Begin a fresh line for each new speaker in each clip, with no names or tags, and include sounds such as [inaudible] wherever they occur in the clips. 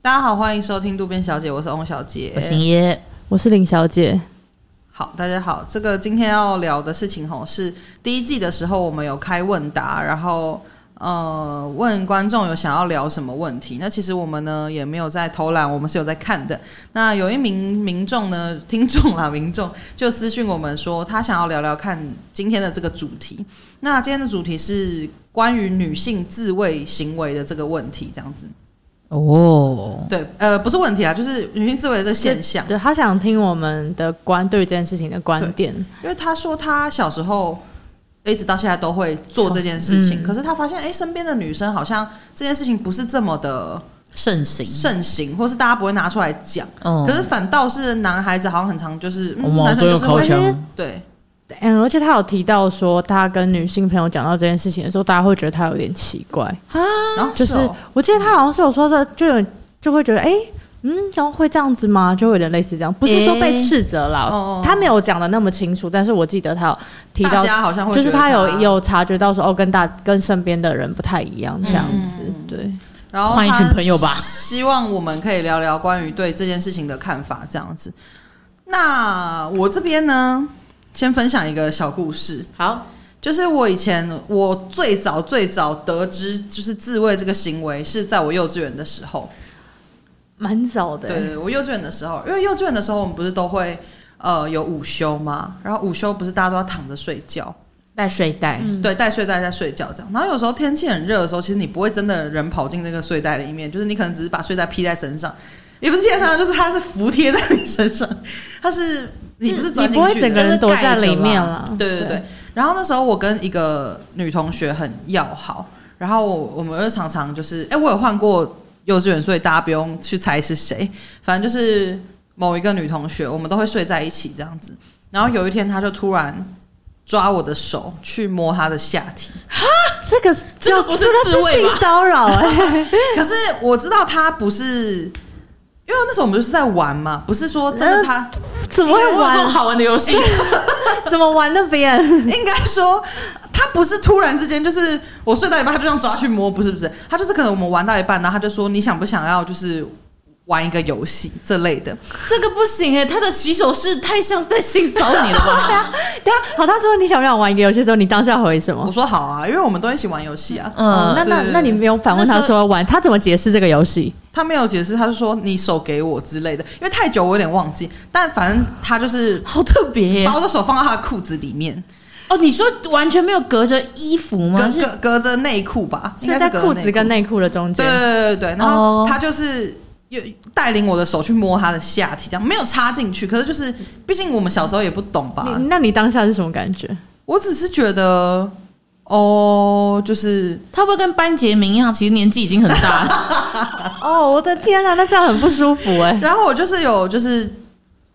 大家好，欢迎收听渡边小姐，我是翁小姐，
我姓耶，
我是林小姐。
好，大家好，这个今天要聊的事情吼是第一季的时候我们有开问答，然后呃问观众有想要聊什么问题。那其实我们呢也没有在偷懒，我们是有在看的。那有一名民众呢，听众啦，民众就私讯我们说他想要聊聊看今天的这个主题。那今天的主题是关于女性自慰行为的这个问题，这样子。
哦，
对，呃，不是问题啊，就是女性自慰的这个现象。
就他想听我们的观对于这件事情的观点，
因为他说他小时候一直到现在都会做这件事情，
嗯
可是他发现，哎、身边的女生好像这件事情不是这么的
盛行，
盛行，或是大家不会拿出来讲，
嗯
可是反倒是男孩子好像很常就是，
我
嗯、
们
男生就是
口
会
腔，
对
嗯，而且他有提到说，他跟女性朋友讲到这件事情的时候，大家会觉得他有点奇怪，
然后
就是
哦
我记得他好像是有说说，就有就会觉得，哎、嗯，然后会这样子吗？就会有点类似这样，不是说被斥责啦，
诶哦
他没有讲的那么清楚，但是我记得他有提
大
到，
家好像会
就是
觉得他
有，有察觉到说，哦，跟大跟身边的人不太一样这样子，
嗯
对。
然后
换一
他
群朋友吧
希望我们可以聊聊关于对这件事情的看法，这样子。那我这边呢，先分享一个小故事，
好，
就是我以前我最早最早得知就是自慰这个行为是在我幼稚园的时候，
蛮早的、
对我幼稚园的时候，因为幼稚园的时候我们不是都会呃有午休嘛，然后午休不是大家都要躺着睡觉，
带睡袋，
嗯
对，带睡袋在睡觉这样。然后有时候天气很热的时候，其实你不会真的人跑进那个睡袋里面，就是你可能只是把睡袋披在身上，也不是披在身上，就是它是服贴在你身上，它是你不是
你
钻
不
进
会
去
整
的，
个人躲在
就是盖着
里
啦
面了，
对对对。然后那时候我跟一个女同学很要好，然后我我们就常常就是，哎、我有换过幼稚园，所以大家不用去猜是谁，反正就是某一个女同学，我们都会睡在一起这样子。然后有一天，她就突然抓我的手去摸她的下体，
这个
这个
就
不是
这
自
个
慰吧
性骚扰哎，
可是我知道她不是。因为那时候我们就是在玩嘛，不是说真的她
怎么会
这种
玩？
好玩的游戏，
[laughs] 怎么玩那边？
[laughs] 应该说，他不是突然之间，就是我睡到一半，他就这样抓去摸，不是不是，他就是可能我们玩到一半，然后他就说你想不想要就是玩一个游戏这类的，
这个不行哎，他的起手式太像是在性骚扰你了 [laughs] 吧？
对啊，好，他说你想不想玩一个游戏的时候，你当下回什么
我？说好啊，因为我们都一起玩游戏啊。
哦，那
嗯，
那
对
那你没有反问
那
他
时
说玩，他怎么解释这个游戏？
他没有解释，他就说你手给我之类的，因为太久我有点忘记，但反正他就是
好特
嗯
别
把
耶
我的手放到他的裤子里面，
哦！你说完全没有隔着衣服吗？
隔
是
隔隔着内裤吧，应
是
该
在
是隔着
裤子跟
内
内裤的中
对
间。
对对对，然后
哦
他就是又带领我的手去摸他的下体，这样没有插进去，可是就是毕竟我们小时候也不懂吧，
你那你当下是什么感觉？
我只是觉得，哦，就是
他会不会跟班杰明一样，其实年纪已经很大了，
哦，我的天啊，那这样很不舒服
[laughs]
哎。
然后我就是有就是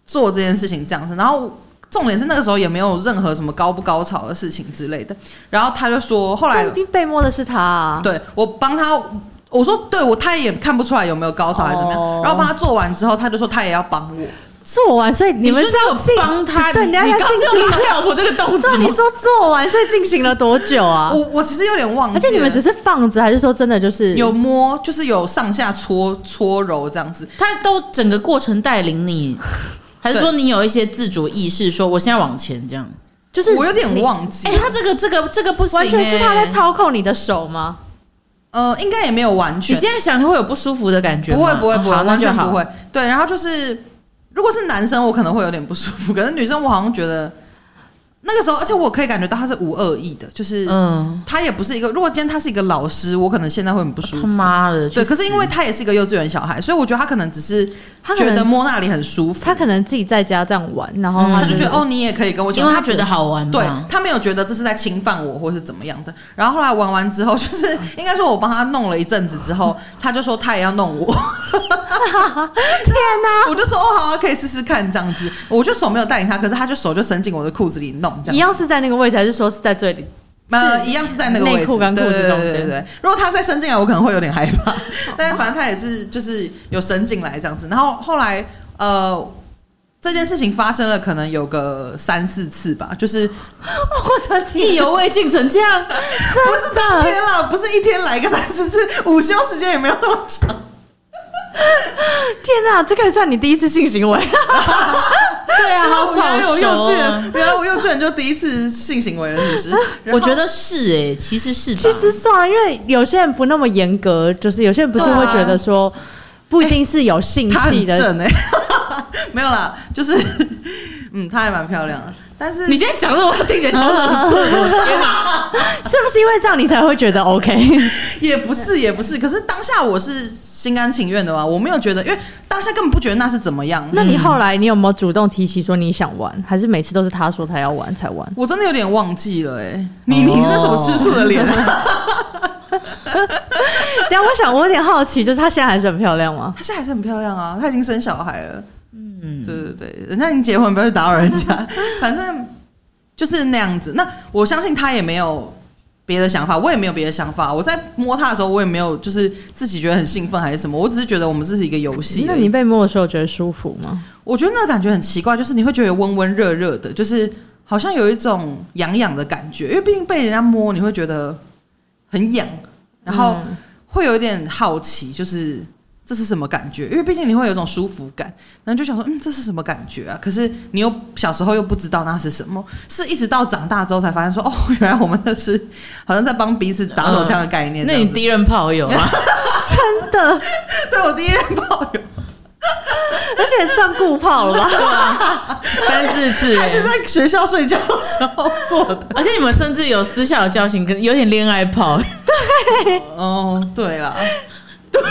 做这件事情这样子，然后重点是那个时候也没有任何什么高不高潮的事情之类的，然后他就说，后来
但被摸的是他啊，
对我帮他。我说对，我他也看不出来有没有高潮还是怎么样。
哦
然后帮他做完之后，他就说他也要帮我。
做完，所以你
[laughs] 你
们
说
这样
他
进
有帮他，
对，
你
你
你
让他
刚
进
就
行
有跳过这个动
对，
作
你
吗？
说做完，所以进行了多久啊
我？我其实有点忘记了，
而且你们只是放着，还是说真的就是
有摸，就是有上下搓搓揉这样子。
他都整个过程带
[laughs]
领你，还是说你有一些自主意识，说我现在往前这样？
就是
我有点
你
忘记
哎、，他这个这个这个不行、欸，
完全是他在。操控你的手吗？
呃，应该也没有完
你
全。
现在想会有不舒服的感觉吗？
不会不会不会，
哦好那
完
就
全
好。
不会。对，然后就是如果是男生，我可能会有点不舒服， [laughs] 可是女生我好像觉得那个时候，而且我可以感觉到他是无恶意的，就是
嗯，
他也不是一个，如果今天他是一个老师，我可能现在会很不舒
他
服。
妈的，
对，
去
可是因为
死
他也是一个幼稚园小孩，所以我觉得他可能只是
他可
觉
能
得摸那里很舒服，
他可能自己在家这样玩，然后
嗯
他
他就觉得
哦，
哦，你也可以跟我一起
因
玩，
为他觉得好
嗯
玩
对
嘛。
他没有觉得这是在侵犯我或是怎么样的。然后后来玩完之后，
[laughs]
就是应该说我帮他弄了一阵子之后，他就说他也要弄我。 [laughs] 天哪！我就说哦好啊，可以试试看这样子。我就手没有带领他，可是他就手就伸进我的裤子里弄这
一
样。
样是在那个位置，还是说是在最里？
呃，
是
一样是在那个位置，
内裤跟裤子
对对
中间
对对对对。如果他再伸进来，我可能会有点害怕。 [laughs] 但是反正他也是就是有伸进来这样子。然后后来呃。这件事情发生了，可能有个三四次吧，就是
我的
意
天，
犹未尽成这
[laughs]
样，
[laughs] 不是当天啦，不是一天来个三四次，午休时间也没有那么长。
天哪，这个也算你第一次性行为？
对啊，好
原
早
来我幼
熟
稚
啊
园，原来我幼稚园就第一次性行为了，是不是？然后 [laughs]
我觉得是哎、其实是吧
其实算了，因为有些人不那么严格，就是有些人不是
对啊
会觉得说，不一定是有性
她
器
很 [laughs]
的。
正哎、没有啦，就是 [laughs] 嗯，她还蛮漂亮的，但是
你今天讲的我听起来超冷色的，我天哪！
是不是因为这样你才会觉得哦 OK？
也不是，也不是。可是当下我是心甘情愿的嘛，我没有觉得，因为当下根本不觉得那是怎么样。
那你后来你有没有主动提起说你想玩，还是每次都是他说他要玩才玩？
我真的有点忘记了、哎，你你那什么吃醋的脸、啊？
但我想我有点好奇，就是她现在还是很漂亮吗？
[laughs] 她现在还是很漂亮啊，她已经生小孩了。嗯，对对对，人家已经结婚，不要去打扰人家。 [laughs] 反正就是那样子。那我相信她也没有别的想法，我也没有别的想法。我在摸她的时候，我也没有就是自己觉得很兴奋还是什么，我只是觉得我们这是一个游戏而已。
那你被摸的时候觉得舒服吗？
我觉得那个感觉很奇怪，就是你会觉得温温热热的，就是好像有一种痒痒的感觉，因为毕竟被人家摸，你会觉得很痒，然后
嗯
会有一点好奇，就是这是什么感觉？因为毕竟你会有一种舒服感，然后就想说，嗯，这是什么感觉啊？可是你又小时候又不知道那是什么，是一直到长大之后才发现说，哦，原来我们那是好像在帮彼此打手枪的概念。
那
这样
你
子
第一任炮
[laughs]
友啊？
真的，
对我第一任炮友，
而且算固炮了吧？
对啊，三四次
他
哎、
是在学校睡觉的时候做的。
而且你们甚至有私下有交情，可能有点恋爱 [laughs] 炮。
哦，对啦。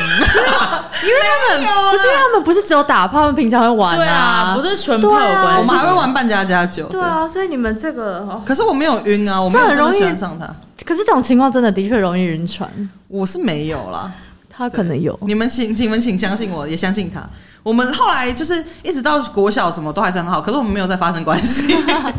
因为他
没有啦
们不是因为他们不是只有打炮，他们平常会玩
对啊，
啊
不。是纯炮有
对啊
我
关
们
系。
还会玩扮家家酒。
对啊，所以你们这个，哦
对，可是我没有晕啊，我没有
这
真
很
的
容易
喜欢上他，
可是这种情况真的的确容易晕船，
我是没有啦。
他可能有。
你们请，请你们请相信我，也相信他。我们后来就是一直到国小什么都还是很好，可是我们没有再发生关
[laughs]
系，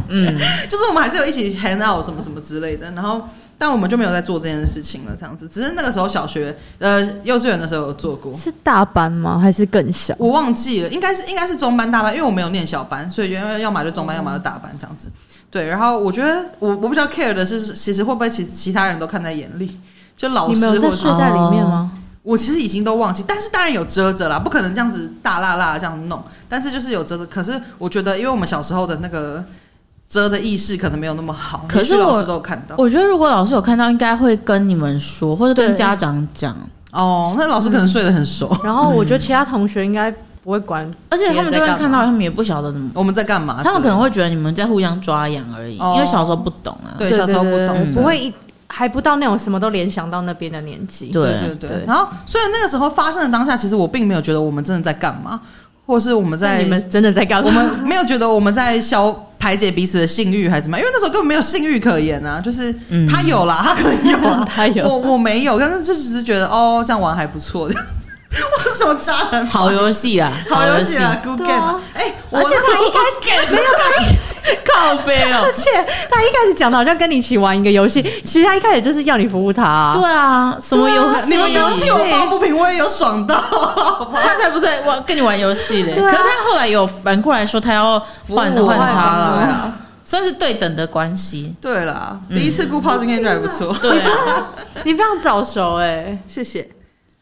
嗯，
[laughs] 就是我们还是有一起 hang out 什么什么之类的，然后但我们就没有再做这件事情了，这样子。只是那个时候小学呃幼稚园的时候有做过，
是大班吗？还是更小？
我忘记了，应该是应该是中班大班，因为我没有念小班，所以原来要么就中班，要么就大班这样子。对，然后我觉得我我比较 care 的是，其实会不会其其他人都看在眼里，就老
你
师
们有在
或
睡
者
说
袋里面吗？
我其实已经都忘记，但是当然有遮着啦，不可能这样子大辣辣这样弄，但是就是有遮着。可是我觉得，因为我们小时候的那个遮的意识可能没有那么好，
可是
也许老
我
师都有看到
我觉得如果老师有看到，应该会跟你们说，或者跟
对
家长讲。
哦，那老师可能睡得很熟。
然后我觉得其他同学应该不会管，
而且他们就算看到，他们也不晓得怎么，
我们在干嘛之类的？
他们可能会觉得你们在互相抓痒而已，
哦
因为小时候不懂啊。
对小时候不
对对对
懂
对不会一还不到那种什么都联想到那边的年纪。
对
对，
对对
对。
然后虽然那个时候发生的当下，其实我并没有觉得我们真的在干嘛，或是我们
那
在
你们真的在干
我
嘛？，
们 [laughs] 没有觉得我们在消排解彼此的性欲还是什么，因为那时候根本没有性欲可言啊。就是
嗯
他有啦，他可能有啦
[laughs] 他有
我我没有，但是就只是觉得哦，这样玩还不错这样 [laughs] 子。我是什么渣男？
[laughs] 好游戏啊，
好游戏啊，Good
对
game！啊
啊
哎、我
[laughs] 而且
那时候
他一开始没 [laughs] 有他一，
靠背哦 [laughs]
而。且他一开始讲的好像跟你一起玩一个游戏，其实他一开始就是要你服务他、啊。
对啊，什么游戏？
你们不要替我抱不平，我也有爽到。
他才不在玩跟你玩游戏嘞。
对
可
啊
是他后来有反过来说，他要
服务我
换换他
对
了，
啊
算是对等的关系。
对啦，
嗯
第一次顾泡经验就还不错。
对啊，
[laughs] 你非常早熟哎、
[laughs] 谢谢。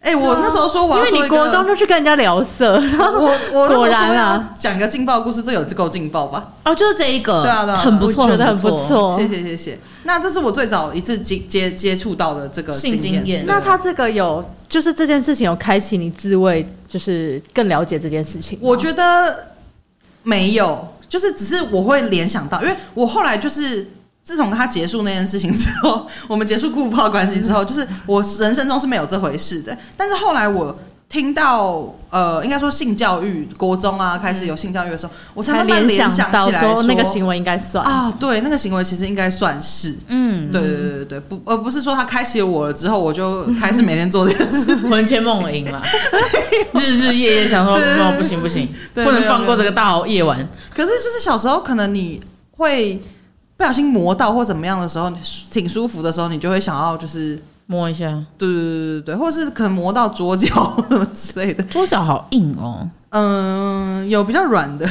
哎、我
啊
那时候说我
因
要
为
说一
你
个
国中就去跟人家
[laughs]
聊色，然后
我我那时候
果
说
然
要
啊
讲个劲爆故事，这有够劲爆吧？
哦，就是这一个，
对啊对啊对啊
很不错，
我觉得很
不
不。错
谢。谢谢谢。那这是我最早一次接接接触到的这个
性
经
经验
对
那他这个有，就是这件事情有开启你自慰，就是更了解这件事情吗。
我觉得没有，就是只是我会联想到，因为我后来就是。自从他结束那件事情之后， [laughs] 我们结束顾泡关系之
嗯
后，就是我人生中是没有这回事的。但是后来我听到，呃，应该说性教育，国中啊开始有性教育的时候，我才慢慢联
联
想
到
起来
说那个行为应该算。
啊，对，那个行为其实应该算是，
嗯，
对对对对对，不，而不是说他开启了我了之后，我就开始每天做这件事
[laughs]
情。
魂牵梦萦
[laughs]
了，日日夜夜想说，哦，不行不行，
对
不能放过这个大好夜晚。
可是就是小时候，可能你会不小心磨到或怎么样的时候，你挺舒服的时候，你就会想要就是，
摸一下
对对对对对，或是可能磨到桌角什么之类的，
桌角好硬哦，
嗯，有比较软的，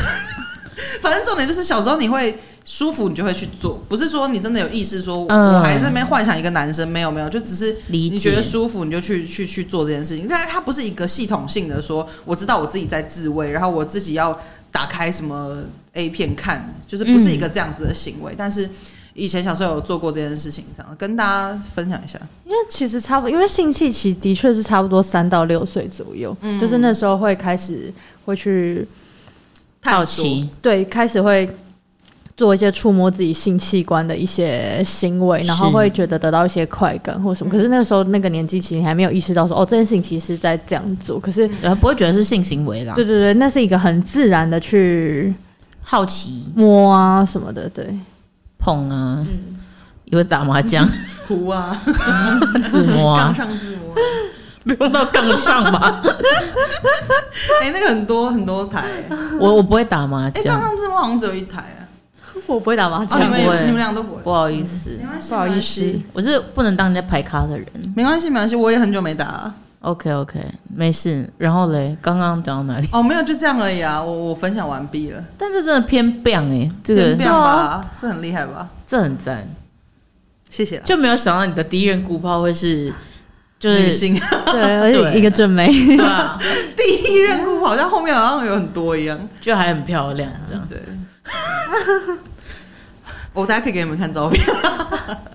反正重点就是小时候你会舒服，你就会去做，不是说你真的有意识说，
嗯
我还在那边幻想一个男生，没有没有，就只是
理
你觉
解
得舒服，你就去去去做这件事情。但它不是一个系统性的说，我知道我自己在自慰，然后我自己要打开什么 A 片看，就是不是一个这样子的行为。但是以前小时候有做过这件事情，这样跟大家分享一下。
因为其实差不多，因为性器期的确是差不多三到六岁左右，
嗯
就是那时候会开始会去
好
探索
奇，
对，开始会做一些触摸自己性器官的一些行为，
是
然后会觉得得到一些快感或什么。可是那个时候那个年纪，其实你还没有意识到说，哦，这件事情其实是在这样做。可是，
然后呃不会觉得是性行为啦，
对对对，那是一个很自然的去
好奇
摸啊什么的，对，
碰啊，
嗯
也会打
[laughs]
麻将、
哭啊，
自摸
杠
啊，
上自摸。
不用到杠上
[laughs]
吧？
哎、那个很多很多台、
我我不会打麻
哎、杠
将，
上自摸好像只有一台啊。
我不会打麻
哦，
将，
你们
不会
也你们俩都不会，
不好意思，
没关系，
不好意思
没关系，
我是不能当人家排咖的人。
没关系，没关系，我也很久没打了。
OK OK，没事。然后嘞，刚刚讲到哪里？
哦，没有，就这样而已啊。我我分享完毕了，
但这真的偏 b a n g 哎，这个
这样吧，这很厉害吧？
这很赞，
谢谢啦。
就没有想到你的第一任顾炮会是就
女
是 [laughs]
性
对，而且
对
一个正
[laughs]
妹，
对啊，
第一任顾好像后面好像有很多一样。
就还很漂亮这样。 [laughs]
对，我大家可以给你们看照片。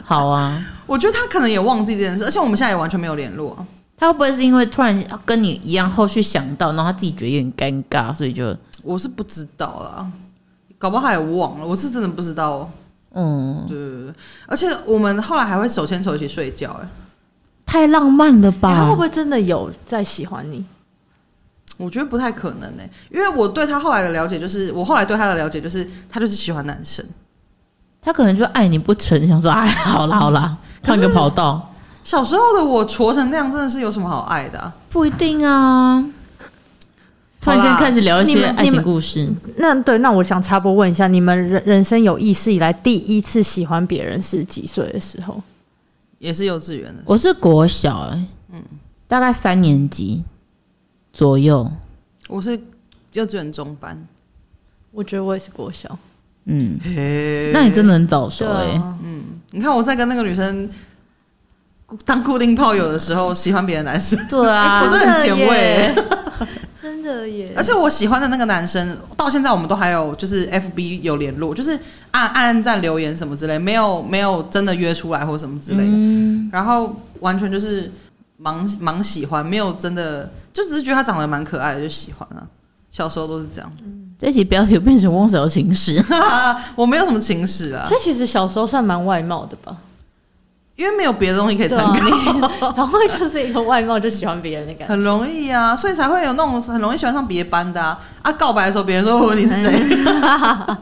好啊，
我觉得他可能也忘记这件事，而且我们现在也完全没有联络啊。
他会不会是因为突然跟你一样，后续想到，然后他自己觉得有点尴尬，所以就
我是不知道啦，搞不好他也忘了。我是真的不知道哦。
嗯，
对对对对，而且我们后来还会手牵手一起睡觉、哎，
太浪漫了
欸他
吧？
会不会真的有在喜欢你？
我觉得不太可能哎、因为我对他后来的了解就是，我后来对他的了解就是，他就是喜欢男生。
他可能就爱你不成，想说哎，好啦好啦，
可
换
是
个跑道，
小时候的我挫成那样，真的是有什么好爱的啊、
不一定啊。突然间开始聊一
你
些
们
爱
你
情
们
故事，
那对，那我想插播问一下，你们人人生有意识以来第一次喜欢别人是几岁的时候？
也是幼稚园的时候。
我是国小、欸，大概三年级左右，
我是幼稚园中班。
我觉得我也是国小，
嗯，
嘿
那你真的很早熟
对
哎、欸，
啊，
你看我在跟那个女生当固定炮友的时候，喜欢别的男生， [laughs]
对啊
[laughs]
我，真的很前卫欸、
真的耶，啊
而且我喜欢的那个男生，到现在我们都还有就是 FB 有联络，就是按按按赞、留言什么之类，没有没有真的约出来或什么之类的。
嗯，
然后完全就是盲盲喜欢，没有真的，就只是觉得他长得蛮可爱的就喜欢啊。小时候都是这样，
这一集标题变成汪小情史，
[laughs] 我没有什么情史啊，
所以其实小时候算蛮外貌的 [laughs] 吧？
因为没有别的东西可以
对
参
啊，
考。
你然后就是一个外貌就喜欢别人的感觉。
很容易啊，所以才会有那种很容易喜欢上别班的啊。啊，告白的时候别人说问你是
哎
谁，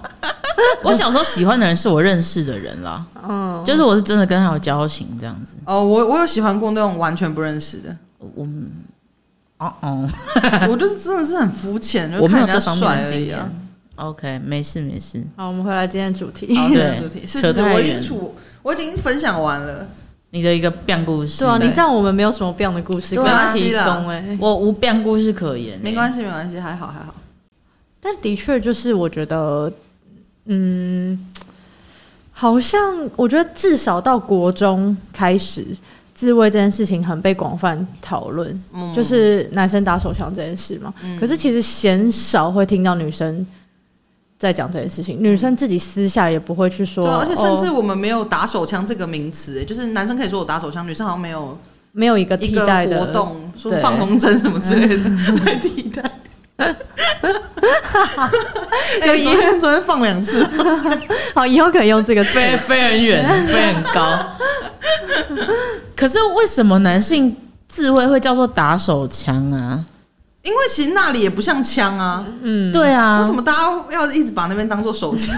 我小时候喜欢的人是我认识的人啦，
嗯，
就是我是真的跟他有交情这样子。
哦，我我有喜欢过那种完全不认识的，
我嗯哦哦
我就是真的是很肤浅，就
我没
看
有
人家
这方面
帅
的
而
经
已啊
验。。OK，没事没事，
好，我们回来今天的主题。
好，这
[laughs]
个主题
对
是
扯
是，是
太
我已
远
经处，我已经分享完了。
你的一个变故事，
对啊，
对
你这样我们没有什么不一样的故事
对
可
啊
以提
是啦
供哎。
我无变故事可言、欸
没关系，没关系，还好还好。
但的确就是我觉得，嗯，好像我觉得至少到国中开始，自慰这件事情很被广泛讨论，
嗯
就是男生打手枪这件事嘛。可是其实鲜少会听到女生在讲这件事情，女生自己私下也不会去说，
嗯对啊，而且甚至
哦、
我们没有打手枪这个名词、欸就是男生可以说我打手枪，女生好像没有
没有一个
一
替
个
代的
活动，说
对
放风筝什么之类的
[laughs]
来替代。哎、昨天昨天放两次，
好，哦以后可以用这个词。
[laughs]
[laughs]
飞飞很远，飞很高。可是为什么男性自慰会叫做打手枪啊？
因为其实那里也不像枪啊，
嗯，
对
为
啊
什，么大家要一直把那边当做手枪？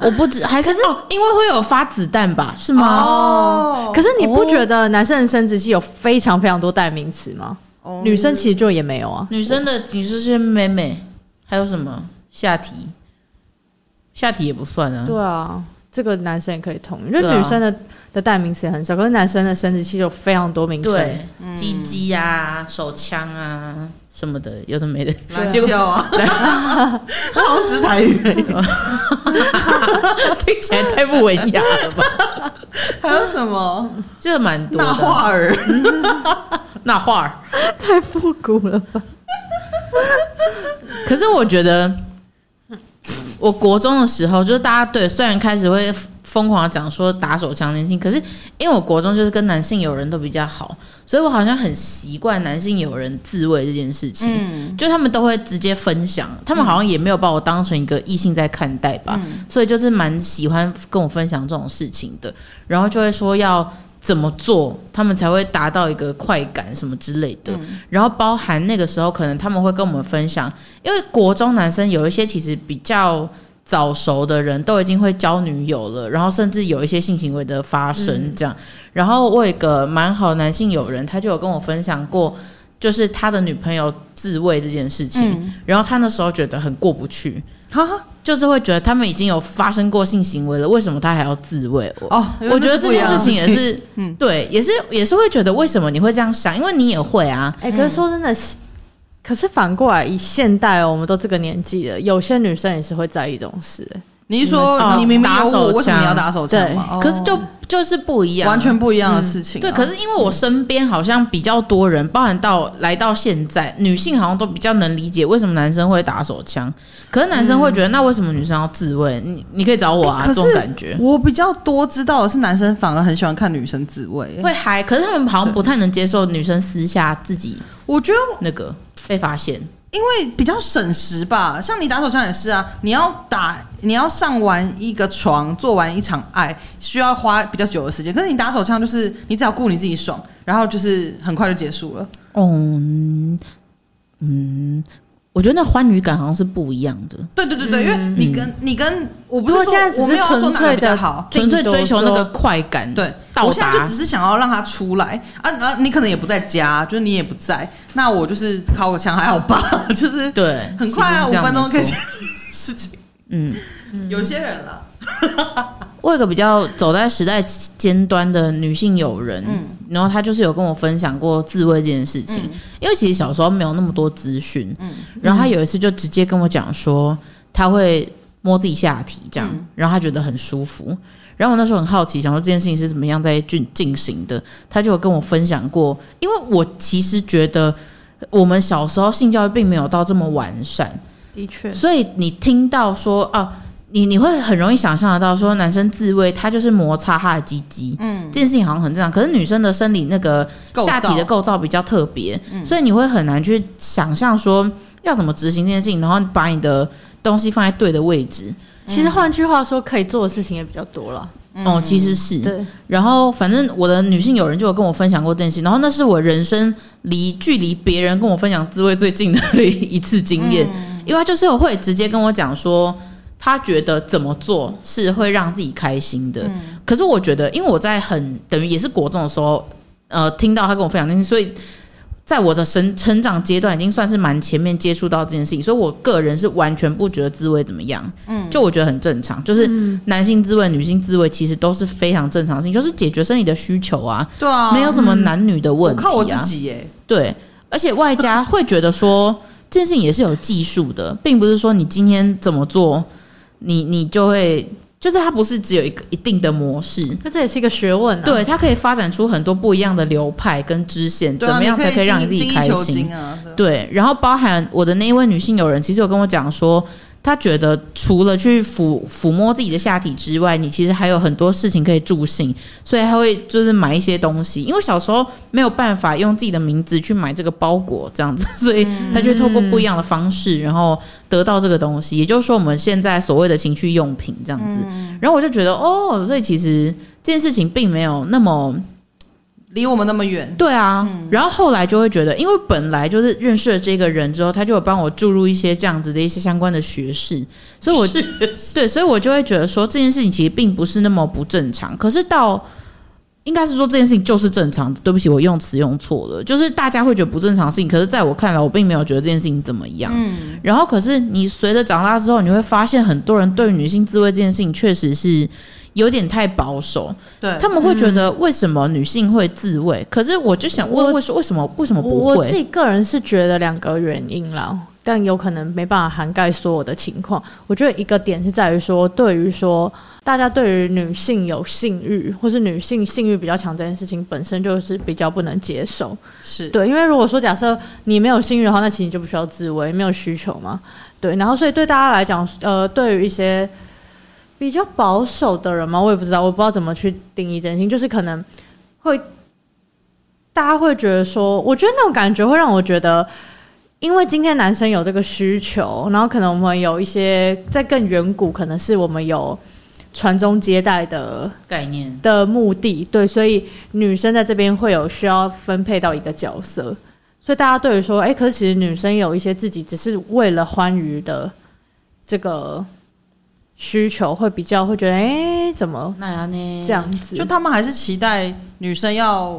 我不知还是哦，因为会有发子弹吧？是吗？
哦
可是你不觉得男生的生殖器有非常非常多代名词吗？
哦嗯
女生其实就也没有啊。
女生的女生是妹妹，还有什么下体？下体也不算啊。
对啊，这个男生也可以同意，因为
对啊
女生的、的代名词也很少，可是男生的生殖器有非常多名称。
对，鸡鸡啊，手枪啊，什么的，有的没的。
来
结果
叫啊，
[laughs]
[laughs] 他好像只是台语而已，
听起来太不文雅了吧？
还有什么
这蛮多
大
的。
画儿？
那画儿，
[laughs] 太复古了吧？
可是我觉得，我国中的时候，就是大家对虽然开始会疯狂地讲说打手枪年轻，可是因为我国中就是跟男性友人都比较好，所以我好像很习惯男性友人自慰这件事情。
嗯，
就他们都会直接分享，他们好像也没有把我当成一个异性在看待吧，所以就是蛮喜欢跟我分享这种事情的，然后就会说要怎么做，他们才会达到一个快感什么之类的，然后包含那个时候可能他们会跟我们分享，因为国中男生有一些其实比较。早熟的人都已经会交女友了，然后甚至有一些性行为的发生这样。然后我有一个蛮好的男性友人，他就有跟我分享过，就是他的女朋友自慰这件事情，
嗯
然后他那时候觉得很过不去，
哈
就是会觉得他们已经有发生过性行为了，为什么他还要自慰？我、
哦，原来
我觉得
那是
这
不一
件
样的
事情也是，
嗯
对，也是也是会觉得为什么你会这样想？因为你也会啊，
哎、可是说真的，可是反过来，以现代、哦、我们都这个年纪了，有些女生也是会在意这种事、哎
你是
你们
说
哦
你明明有
打手
我，为
枪
什么你要打手枪嘛？哦
可是就就是不一样啊，嗯
完全不一样的事情啊。
对，可是因为我身边好像比较多人，包含到来到现在，女性好像都比较能理解为什么男生会打手枪，可是男生会觉得、那为什么女生要自慰？你你可以找我啊，
哎
这
嗯可是
种感觉。
我比较多知道的是，男生反而很喜欢看女生自慰。
会嗨，可是他们好像不太能接受女生私下自己
我觉得我
那个被发现。
因为比较省时吧，像你打手枪也是啊，你要打，你要上完一个床，做完一场爱，需要花比较久的时间。可是你打手枪就是你只要顾你自己爽，然后就是很快就结束了。
嗯嗯，我觉得那欢愉感好像是不一样的，
对对对对，因为
嗯
你跟、你跟我不是
如果现在只
说
是
我没有要说哪个比较好，
纯粹
顶多
追求那个
说
快感。
对，
到
我现在就
达
只是想要让他出来啊啊！你可能也不在家，就是你也不在，那我就是靠个枪还好吧， [laughs] 就是
对，
很快啊，五
其实是这样
分钟可以
没
解
错
决事情。
嗯。
有些人啦，
我有个比较走在时代尖端的女性友人，然后她就是有跟我分享过自慰这件事情，因为其实小时候没有那么多资讯，然后她有一次就直接跟我讲说，她会摸自己下体这样，然后她觉得很舒服，然后我那时候很好奇，想说这件事情是怎么样在进进行的，她就有跟我分享过，因为我其实觉得我们小时候性教育并没有到这么完善，
的确，
所以你听到说啊，你你会很容易想象得到说男生自慰，他就是摩擦他的鸡鸡，嗯，这件事情好像很正常。可是女生的生理那个
构造
下体的构造比较特别，所以你会很难去想象说要怎么执行这件事情，然后把你的东西放在对的位置。
其实换句话说，可以做的事情也比较多了。
哦，
嗯
其实是，
对，
然后反正我的女性友人就有跟我分享过这件事，然后那是我人生离距离别人跟我分享滋味最近的一次经验，因为他就是会直接跟我讲说。他觉得怎么做是会让自己开心的，可是我觉得，因为我在很等于也是国中的时候，呃，听到他跟我分享这件事，所以在我的成成长阶段已经算是蛮前面接触到这件事情，所以我个人是完全不觉得滋味怎么样，嗯，就我觉得很正常，就是
嗯
男性自慰、女性自慰其实都是非常正常的事情，就是解决生理的需求啊，
对啊，
没有什么男女的
我
问
靠嗯我
题
自
啊。
己耶、
对，而且外加会觉得说这件事情也是有技术的，并不是说你今天怎么做，你你就会，就是它不是只有一个一定的模式。
那这也是一个学问啊。
对，它可以发展出很多不一样的流派跟支线，
对
怎
啊
么样才
可
可以让你自己
精益
开
求
心
精？啊？对
对，然后包含我的那一位女性友人，其实有跟我讲说，她觉得除了去抚抚摸自己的下体之外，你其实还有很多事情可以助兴，所以她会就是买一些东西，因为小时候没有办法用自己的名字去买这个包裹这样子，所以她就透过不一样的方式，然后得到这个东西，也就是说我们现在所谓的情趣用品这样子。然后我就觉得哦，所以其实这件事情并没有那么。
离我们那么远，
对啊，然后后来就会觉得，因为本来就是认识了这个人之后，他就有帮我注入一些这样子的一些相关的学识，所以我对，所以我就会觉得说这件事情其实并不是那么不正常。可是到应该是说这件事情就是正常的，对不起，我用词用错了，就是大家会觉得不正常的事情，可是在我看来，我并没有觉得这件事情怎么样。然后可是你随着长大之后，你会发现很多人对于女性自慰这件事情确实是有点太保守，
对，
他们会觉得为什么女性会自慰？可是嗯我就想问，为什为什么为什么哦不
我我自
会？
己个人是觉得两个原因啦，但有可能没办法涵盖所有的情况。我觉得一个点是在于说，对于说大家对于女性有性欲，或是女性性欲比较强这件事情本身就是比较不能接受。
是
对，因为如果说假设你没有性欲的话，那其实你就不需要自慰，没有需求嘛。对，然后所以对大家来讲，呃，对于一些比较保守的人嘛，我也不知道，我不知道怎么去定义真心，就是可能会大家会觉得说，我觉得那种感觉会让我觉得。因为今天男生有这个需求，然后可能我们有一些在更远古，可能是我们有传宗接代的
概念
的目的，对，所以女生在这边会有需要分配到一个角色，所以大家对于说，哎、可是其实女生有一些自己只是为了欢愉的这个需求，会比较会觉得，哎、怎么
那样呢？
这样子？
嗯就他们还是期待女生要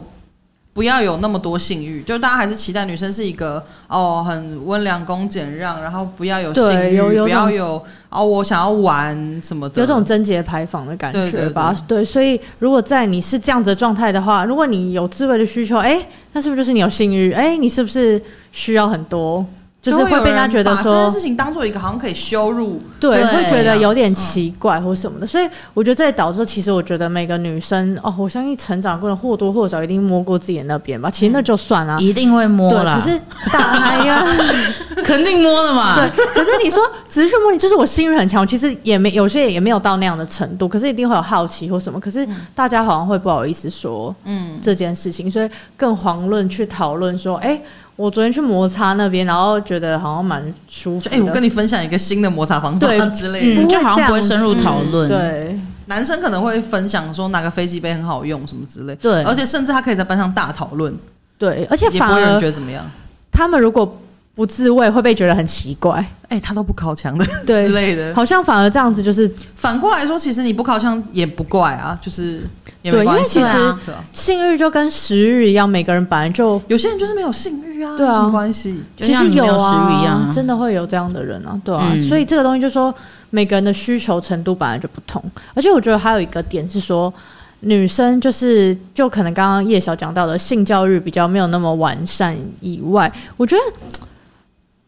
不要有那么多性欲，就大家还是期待女生是一个哦很温良恭俭让，然后不要有性
对
欲，
有有
不要
种
有哦我想要玩什么的，
有种贞洁牌坊的感
对对
觉吧，对所以如果在你是这样子的状态的话，如果你有自慰的需求，哎、那是不是就是你有性欲？哎、你是不是需要很多？就是
会
会
有
被人家
人
觉得
把
说
这件事情当做一个好像可以羞辱，
对，
对
会觉得有点奇怪
嗯
或什么的，所以我觉得这也导致，其实我觉得每个女生哦，我相信成长过程或多或少一定摸过自己的那边吧，其实那就算
嗯
啦、
一定会摸
对，
啦，
可是大哎呀，
[laughs]
肯定摸的嘛。
对，可是你说只是去摸你，就是我性欲很强，我其实也没有些也没有到那样的程度，可是一定会有好奇或什么，可是大家好像会不好意思说
嗯，
这件事情，所以更遑论去讨论说，哎、我昨天去摩擦那边，然后觉得好像蛮舒服
就
的，
哎、我跟你分享一个新的摩擦方法
对
之类的，
嗯，就好像不
不
会
会这
深
样
入讨论。
对。
男生可能会分享说哪个飞机杯很好用什么之类，
对
而且甚至他可以在班上大讨论，
对，而且
也
反
不会有人
而
觉得怎么样。
他们如果不自慰，会被觉得很奇怪，
哎、他都不靠墙的
对
之类的。
好像反而这样子就是
反过来说，其实你不靠墙也不怪啊，就是也没
对因为
关系
其
啊。
实
对啊
性欲就跟食欲一样，每个人本来就
有些人就是没有性欲啊，
对啊
有什么关系？
就
其
像
实
你没有食欲
啊，
一样啊
真的会有这样的人啊，对啊，
嗯
所以这个东西就说每个人的需求程度本来就不同，而且我觉得还有一个点是说。女生就是，就可能刚刚叶晓讲到的性教育比较没有那么完善以外，我觉得，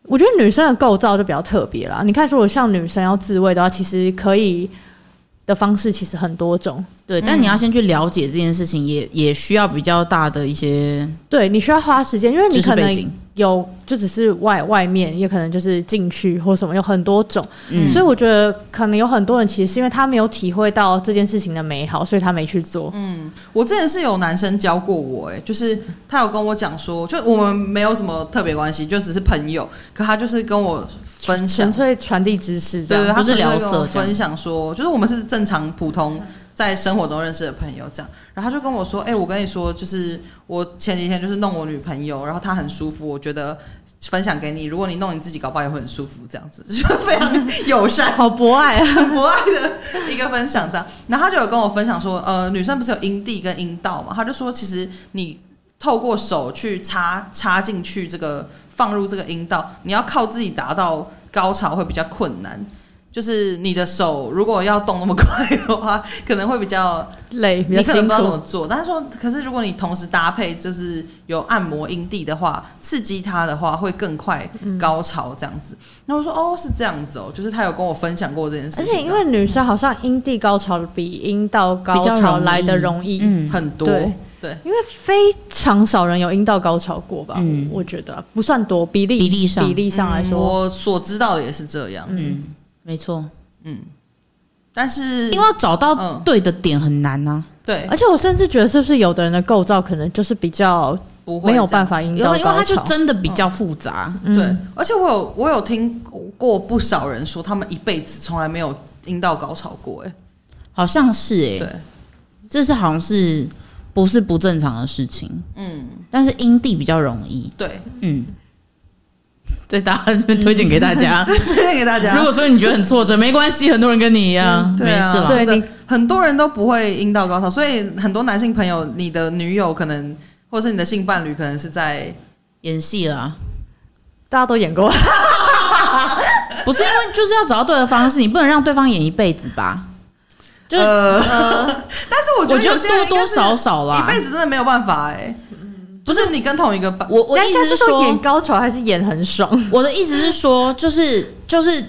我觉得女生的构造就比较特别啦。你看，如果像女生要自慰的话，其实可以的方式其实很多种，
对，但你要先去了解这件事情，也也需要比较大的一些
对你需要花时间，因为你
知识
可
背
能
景。
有就只是外外面，也可能就是进去或什么，有很多种。
嗯，
所以我觉得可能有很多人其实是因为他没有体会到这件事情的美好，所以他没去做。
我之前是有男生教过我、哎，就是他有跟我讲说，就我们没有什么特别关系，就只是朋友，可他就是跟我分
纯
享，
粹传递知识这
对对，
样。
他
不是
可能会跟
聊色
我
这样
分享说，就是我们是正常普通在生活中认识的朋友这样，然后他就跟我说，哎、我跟你说，就是我前几天就是弄我女朋友，然后她很舒服，我觉得分享给你，如果你弄你自己，搞不好也会很舒服，这样子就非常友善，
好博爱啊！
很博爱的一个分享，这样。然后他就有跟我分享说，呃，女生不是有阴蒂跟阴道嘛？他就说，其实你透过手去插插进去这个放入这个阴道，你要靠自己达到高潮会比较困难。就是你的手如果要动那么快的话，可能会比较
累，比
你
较
可能
辛
不知道怎么
苦。
做。但他说，可是如果你同时搭配就是有按摩阴蒂的话，刺激它的话会更快高潮这样子。那我说哦，是这样子哦，就是他有跟我分享过这件事
而
情，
且因为女生好像阴蒂高潮比阴道高
比较
潮
容易
来的容易，
嗯，
很多
对
对
因为非常少人有阴道高潮过吧？
嗯
我觉得不算多，比例
比例上
比例上来说，
嗯我所知道的也是这样，
嗯，没错，
嗯，但是
因为要找到
嗯
对的点很难啊呐、
对
而且我甚至觉得，是不是有的人的构造可能就是比较
不会
没有
这样
办法引
因
导
为因为它
高
就
潮？
真的比较复杂。
嗯
对，而且我有我有听过不少人说，他们一辈子从来没有阴道高潮过、哎，
好像是哎、
对，
这是好像是不是不正常的事情？
嗯，
但是阴蒂比较容易， [laughs]
对，
嗯。对，大家这边推荐给
[laughs]
大家。
推荐给大家。
如果说你觉得很挫折，没关系，很多人跟你一样，
啊对
没
啊
事啦。
对
真的
你
很多人都不会阴道高潮，所以很多男性朋友，你的女友可能，或是你的性伴侣，可能是在
演戏啦，
大家都演过，
不是因为就是要找到对的方式，你不能让对方演一辈子吧？就是
呃
呃，
[laughs] 但是我觉
我
得
觉
有
得
些人
多
应该
多
是
少少啦
一。辈子真的没有办法哎、就是你跟同一个班，
我我
等
意
一下
思
是说演高潮还是演很爽？
我的意思是说，就是就是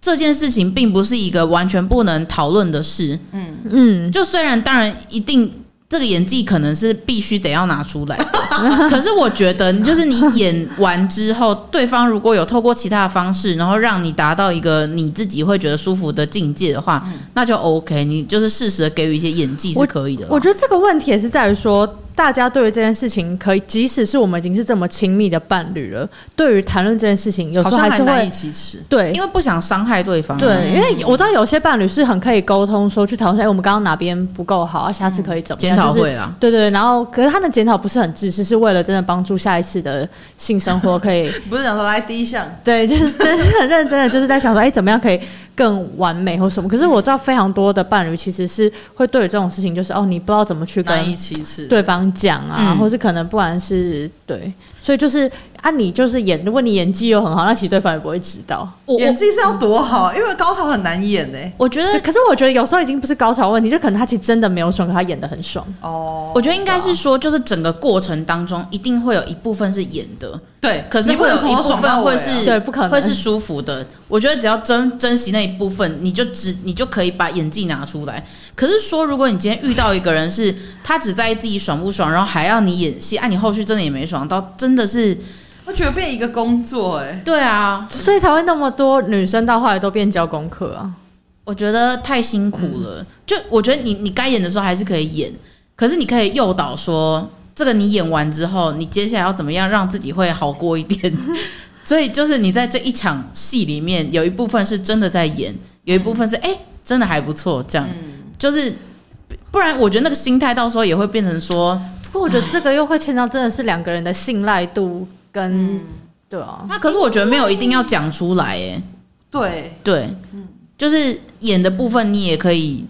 这件事情并不是一个完全不能讨论的事。
嗯，
嗯，
就虽然当然一定这个演技可能是必须得要拿出来 [laughs] 的，可是我觉得就是你演完之后，对方如果有透过其他的方式，然后让你达到一个你自己会觉得舒服的境界的话，那就 OK，你就是适时的给予一些演技是可以
啊
的啦。
我觉得这个问题也是在于说，大家对于这件事情，可以即使是我们已经是这么亲密的伴侣了，对于谈论这件事情，有时
好
候
像
还
还
是
难以
会
启齿。
对
因。为不想伤害对
嗯
方啊，
对，因为我知道有些伴侣是很可以沟通，说去讨论说，哎、我们刚刚哪边不够好，啊下次可以怎么
嗯
[laughs]
样？
检讨
就是
会啊啦。
对对，然后可是他的检讨不是很自私，是为了真的帮助下一次的性生活可
[laughs]
以，
不是讲说来第一项，
对，就是真的是很认真的，就是在想说，哎，怎么样可以更完美或什么？可是我知道非常多的伴侣其实是会对于这种事情，就是哦，你不知道怎么去跟
难以启齿。
对方讲啊，
嗯
或是可能不然是对，所以就是啊，你就是演，如果你演技又很好，那其实对方也不会知道。
我
演
我
技是要多好，因为高潮很难演哎、
我觉
对，
得，
可是我觉得有时候已经不是高潮问题，就可能他其实真的没有爽，可他演的很爽。
哦，
我觉得应该是说，就是整个过程当中一定会有一部分是演的，
对，
可是
你不
会有
能
一
从头
部
爽到尾、
分会
啊。
是
对不可能
会是舒服的。我觉得只要珍珍惜那一部分，你就只你就可以把演技拿出来。可是说，如果你今天遇到一个人是他只在意自己爽不爽，然后还要你演戏，啊，你后续真的也没爽到，真的是
我觉得变一个工作哎、
对啊，
所以才会那么多女生到后来都变交功课啊。
我觉得太辛苦了。就我觉得你你该演的时候还是可以演，可是你可以诱导说，这个你演完之后，你接下来要怎么样让自己会好过一点。 [laughs] 所以就是你在这一场戏里面，有一部分是真的在演，有一部分是哎、诶真的还不错，这样、
嗯
就是。不然，我觉得那个心态到时候也会变成说，
不过我觉得这个又会牵到真的是两个人的信赖度跟、
嗯
对啊，
那可是我觉得没有一定要讲出来，哎，
对，
对，就是演的部分你也可以，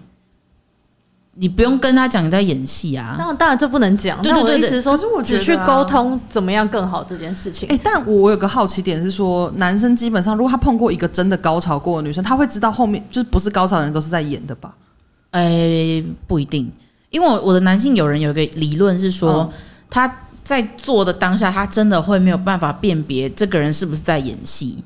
你不用跟他讲你在演戏啊。
那当然这不能讲。
对对
但我的
对
意
对
思是说，
可是我觉得
只
啊
去沟通怎么样更好这件事情。
哎、但我我有个好奇点是说，男生基本上如果他碰过一个真的高潮过的女生，他会知道后面就是不是高潮的人都是在演的吧？
哎、不一定，因为我我的男性友人有一个理论是说，
哦
他在做的当下，他真的会没有办法辨别这个人是不是在演戏。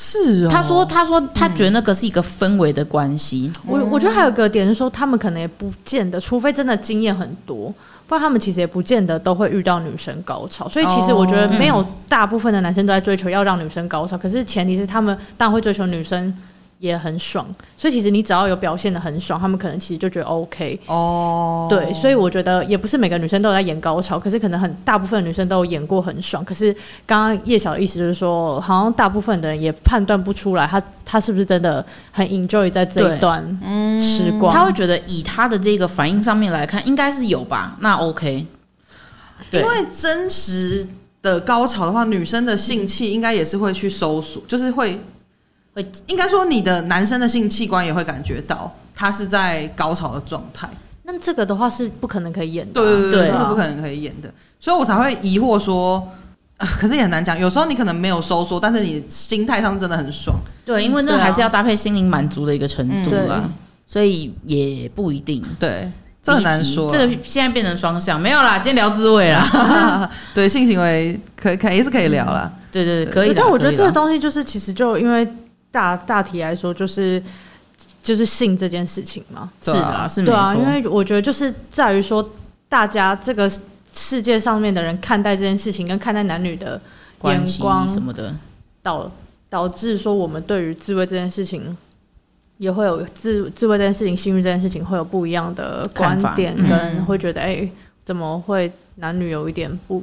是哦，
他说，他说
嗯
他觉得那个是一个氛围的关系。
我我觉得还有一个点是说，他们可能也不见得，除非真的经验很多，不然他们其实也不见得都会遇到女生高潮。所以其实我觉得
哦
没有大部分的男生都在追求要让女生高潮，可是前提是他们当然会追求女生也很爽。所以其实你只要有表现的很爽，他们可能其实就觉得 OK。
哦，
对，所以我觉得也不是每个女生都有在演高潮，可是可能很大部分的女生都有演过很爽。可是刚刚叶晓的意思就是说，好像大部分的人也判断不出来她她是不是真的很 enjoy 在这
对
一段
嗯
时光。
他会觉得以他的这个反应上面来看，应该是有吧？那 OK，对
因为真实的高潮的话，女生的性器应该也是会去收缩，就是会
会，
应该说你的男生的性器官也会感觉到他是在高潮的状态。
那这个的话是不可能可以演的、啊
对对对
对
这个不可能可以演的，所以我才会疑惑说， [laughs] 啊可是也很难讲。有时候你可能没有收缩，但是你心态上真的很爽。
对，因为那
对啊嗯
还是要搭配心灵满足的一个程度啦，所以也不一定。
对，这很难说啊。
这个现在变成双向，没有啦，今天聊滋味
[laughs]
啦。
[laughs] 对性行为可可也是可以聊啦。
对对对，
对
可以啦。
啊但我觉得
可以
这
啦
个东西就是，其实就因为大大体来说，就是就是性这件事情嘛。
是
对
的
啊
啊，是没
对啊，因
错。
为我觉得就是在于说，大家这个世界上面的人看待这件事情，跟看待男女的眼
关系
光，
什么的，
导导致说我们对于自慰这件事情。也会有自自慰这件事情、性欲这件事情会有不一样的观
看法
点，
嗯
跟会觉得哎、怎么会男女有一点不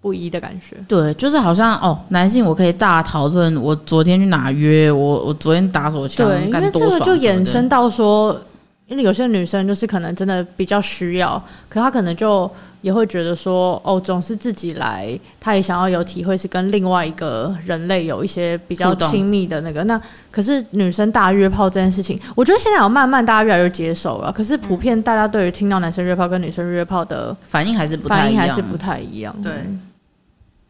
不一的感觉？
对，就是好像哦，男性我可以大讨论，我昨天去哪约，我我昨天打手枪
对，，因
干
为
多
这个
爽
就
什么
衍
的
生到说，因为有些女生就是可能真的比较需要，可她可能就也会觉得说，哦，总是自己来，她也想要有体会是跟另外一个人类有一些比较
互动
亲密的那个。那可是女生大约炮这件事情，我觉得现在有慢慢大家越来越接受了，可是
嗯
普遍大家对于听到男生约炮跟女生约炮的
反应还是不太
反
一
应还
样，
是不太一样。
对，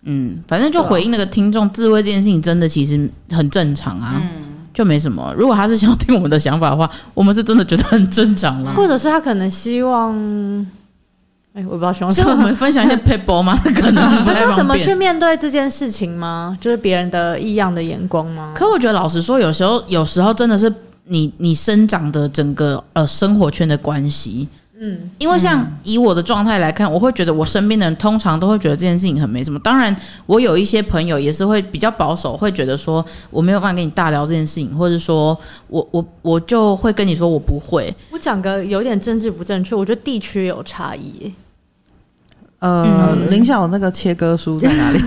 嗯，反正就
对啊
回应那个听众自慰这件事情，真的其实很正常啊。
嗯，
就没什么。如果他是想要听我们的想法的话，我们是真的觉得很正常啦。
或者是他可能希望，哎、我不知道希望什
所以我
么。
们分享
[laughs]
一些 paper 吗？可能不
他
太
说
方
怎么去
便。
面对这件事情吗？就是别人的异样的眼光吗？
可我觉得老实说，有时候有时候真的是你你生长的整个呃生活圈的关系，
嗯，
因为像以我的状态来看，我会觉得我身边的人通常都会觉得这件事情很没什么。当然，我有一些朋友也是会比较保守，会觉得说我没有办法跟你大聊这件事情，或者说我我我就会跟你说我不会。
我讲个有点政治不正确，我觉得地区有差异。 [laughs]
呃，林晓那个切割书在哪里？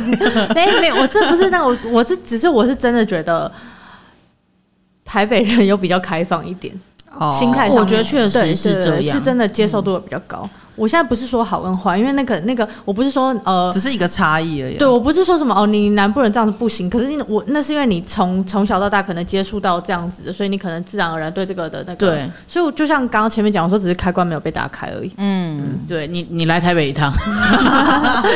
没没有，我这不是那我我这只是我是真的觉得台北人有比较开放一点，
[laughs] 哦
心态上面
我觉得确实
对
是
对
这
对
样
是真的接受度有比较高。我现在不是说好跟坏，因为那个那个我不是说呃
只。是一个差异而已啊。
对，我不是说什么哦，你南部人这样子不行。可是你我那是因为你从从小到大可能接触到这样子的，所以你可能自然而然对这个的那个。
对，
所以我就像刚刚前面讲，我说只是开关没有被打开而已。
嗯，
对你你来台北一趟，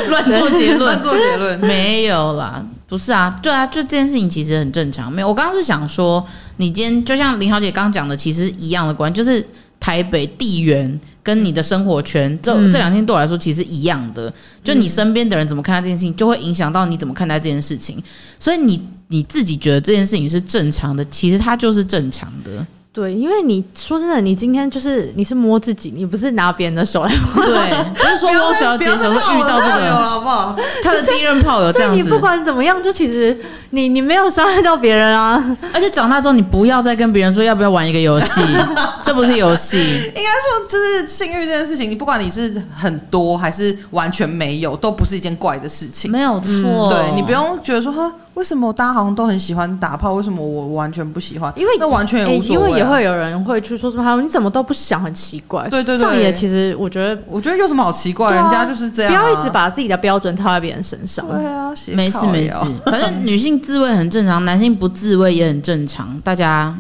乱做结论
乱。 [laughs] 做结论。
没有啦，不是啊，对啊，就这件事情其实很正常。没有，我刚刚是想说，你今天就像林小姐刚刚讲的，其实一样的关，就是台北地缘跟你的生活圈，这、
嗯
这两天对我来说其实一样的，就你身边的人怎么看待这件事情，就会影响到你怎么看待这件事情。所以你你自己觉得这件事情是正常的，其实它就是正常的。
对，因为你说真的，你今天就是你是摸自己，你不是拿别人的手来
[laughs]
摸。
对，不是说
不要
汪
再
小
不
姐
要
想
再
会
骂
遇
我
到
的
这
炮友了
个，
好不好？
她 [laughs] 的第一任炮友这
所以
样
你
子
不。管怎么样，就其实你你没有伤害到别人啊。
而且长大之后，你不要再跟别人说要不要玩一个游戏，这不是游戏。
应该说，就是性欲这件事情，你不管你是很多还是完全没有，都不是一件怪的事情。
没有错、
对你不。用觉得说，哈，为什么大家好像都很喜欢打炮，为什么我完全不喜欢？
因为
那完全也
诶
无所
因
哎
谓、啊
为也会有人会去说什么，还有你怎么都不想，很奇怪。
对对对
这样也其实我觉得
我觉得有什么好奇怪？
对啊
人家就是这样、啊，
不要一直把自己的标准套在别人身上。
对啊，斜
没事
靠
没
也
事
要，
反正女性自慰很正常，男性不自慰也很正常，大家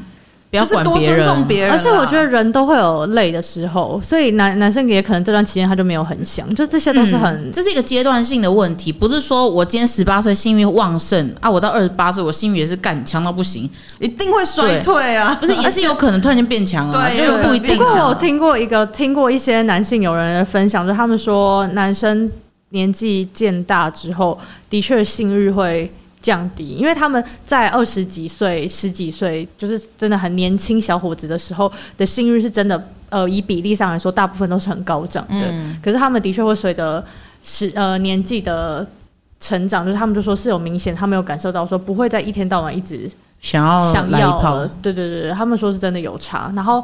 不要
[laughs] 就是
管
多
别
尊重
人。
别人啊、
而且我觉得人都会有累的时候，所以男男生也可能这段期间他就没有很想，就这些都是很、
嗯这是一个阶段性的问题，不是说我今天十八岁性欲旺盛啊，我到二十八岁我性欲也是干强到不行，
一定会衰
对
退啊，
不是也是有可能突然间变强啊，
对
这
有
个
可能
不一定、
不
啊。
过我有听过一个听过一些男性友人的分享，就他们说男生年纪渐大之后，的确性欲会降低，因为他们在二十几岁、十几岁，就是真的很年轻小伙子的时候的性欲是真的，呃，以比例上来说，大部分都是很高涨的。
嗯
可是他们的确会随着是呃年纪的成长，就是他们就说是有明显，他们有感受到说不会再一天到晚一直
想要
想
来一
要
炮
了，对对对，对他们说是真的有差。然后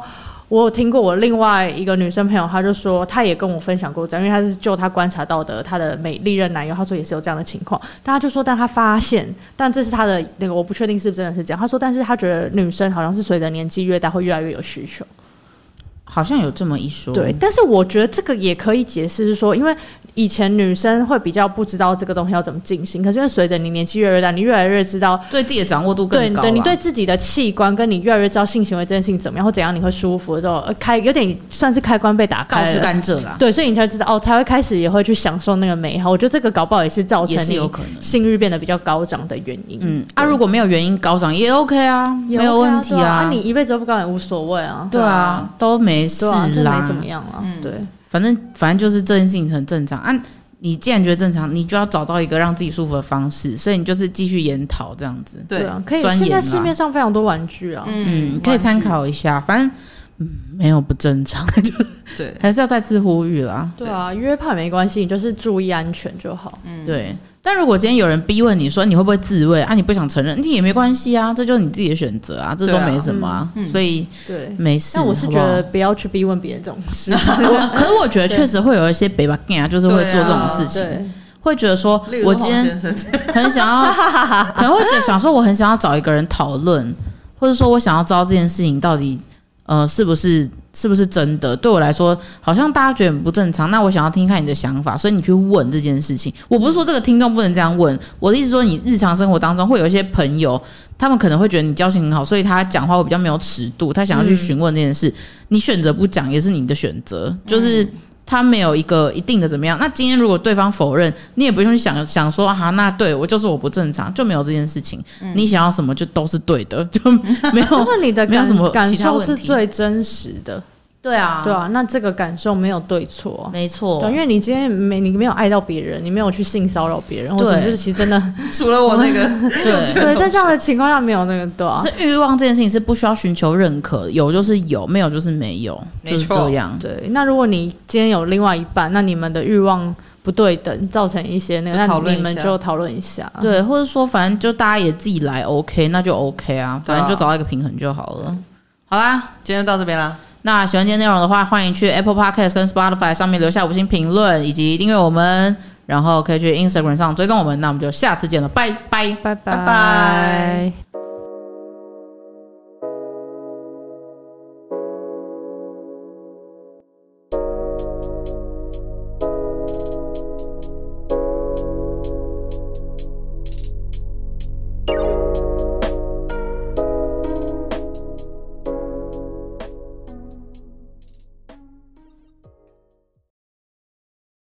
我有听过我另外一个女生朋友，她就说她也跟我分享过这样，因为她是就她观察到的她的每历任男友，她说也是有这样的情况。但她就说，但她发现，但这是她的那个我不确定是不是真的是这样。她说，但是她觉得女生好像是随着年纪越大会越来越有需求。
好像有这么一说。
对，但是我觉得这个也可以解释是说，因为以前女生会比较不知道这个东西要怎么进行，可是因为随着你年纪越来越大，你越来越知道
对自己的掌握度
对
更高啊
对，你
啦
对自己的器官跟你越来越知道性行为这件事情怎么样或怎样你会舒服之后，呃开有点算是开关被打
倒
开
是
了。
甘蔗啦，
对，所以你才知道哦，才会开始也会去享受那个美好。我觉得这个搞不好也是造成
也是
你
有可能。
性欲变得比较高涨的原因。
嗯，啊，如果没有原因高涨也 OK 啊，
也 OK 啊，
没有问题
对啊。你一辈子都不高也无所谓啊，
对啊，都没事
对啊，这
啦，
没怎么样啊。
嗯
对，
反正反正就是这件事情很正常啊。你既然觉得正常，你就要找到一个让自己舒服的方式，所以你就是继续研讨这样子。
对，
啊，可以。
钻
现
研
在
啦
市面上非常多玩具啊，
嗯，可以参。考一下，反正嗯没有不正常， [laughs] 就
对，
还是要再次呼吁啦。
对啊，约炮没关系，你就是注意安全就好。
对，但如果今天有人逼问你说你会不会自慰啊，你不想承认，你也没关系啊，这就是你自己的选择啊，这
对
都
啊
没什么啊，
嗯嗯
所以
对，
没事。
但我是
好
觉
不好
得不要去逼问别人这种事，
我可是我觉得确实会有一些北巴 gay 啊，就是会做这种事情，
对
会觉得说
啊例如
我
说
今
黄先
天
生这样
很想
[laughs]
要，可能会觉得想说，我很想要找一个人讨论，或者说我想要知道这件事情到底呃是不是是不是真的。对我来说，好像大家觉得很不正常。那我想要听看你的想法，所以你去问这件事情。我不是说这个听众不能这样问，我的意思说，你日常生活当中会有一些朋友，他们可能会觉得你交情很好，所以他讲话会比较没有尺度，他想要去询问这件事，你选择不讲也是你的选择，就是。他没有一个一定的怎么样。那今天如果对方否认，你也不用去想想说啊，那对我就是我不正常，就没有这件事情。你想要什么就都是对的，就没有
[laughs] 就是你的
没有
感
什么
感
其他
受
问
是
题
最真实的，
对啊，
对，啊，那这个感受没有对错啊，
没错
对，，因为你今天没你没有爱到别人，你没有去性骚扰别人，或者
对
就是其实
[laughs]
真的
除了我那个，
对。
对，在这样的情况下没有那个对啊
是，欲望这件事情是不需要寻求认可，有就是有，没有就是没有，
没
就是
错
这样。
对。那如果你今天有另外一半，那你们的欲望不对等，造成一些那个，
就讨
那
论一
你们
下
就讨论一下。
对，或者说反正就大家也自己来 OK，那就 OK 啊，
对啊
反正就找到一个平衡就好了。好啦，
今天就到这边啦，
那喜欢今天内容的话，欢迎去 Apple Podcast 跟 Spotify 上面留下五星评论，以及订阅我们，然后可以去 Instagram 上追踪我们。那我们就下次见了，拜拜。
拜拜
拜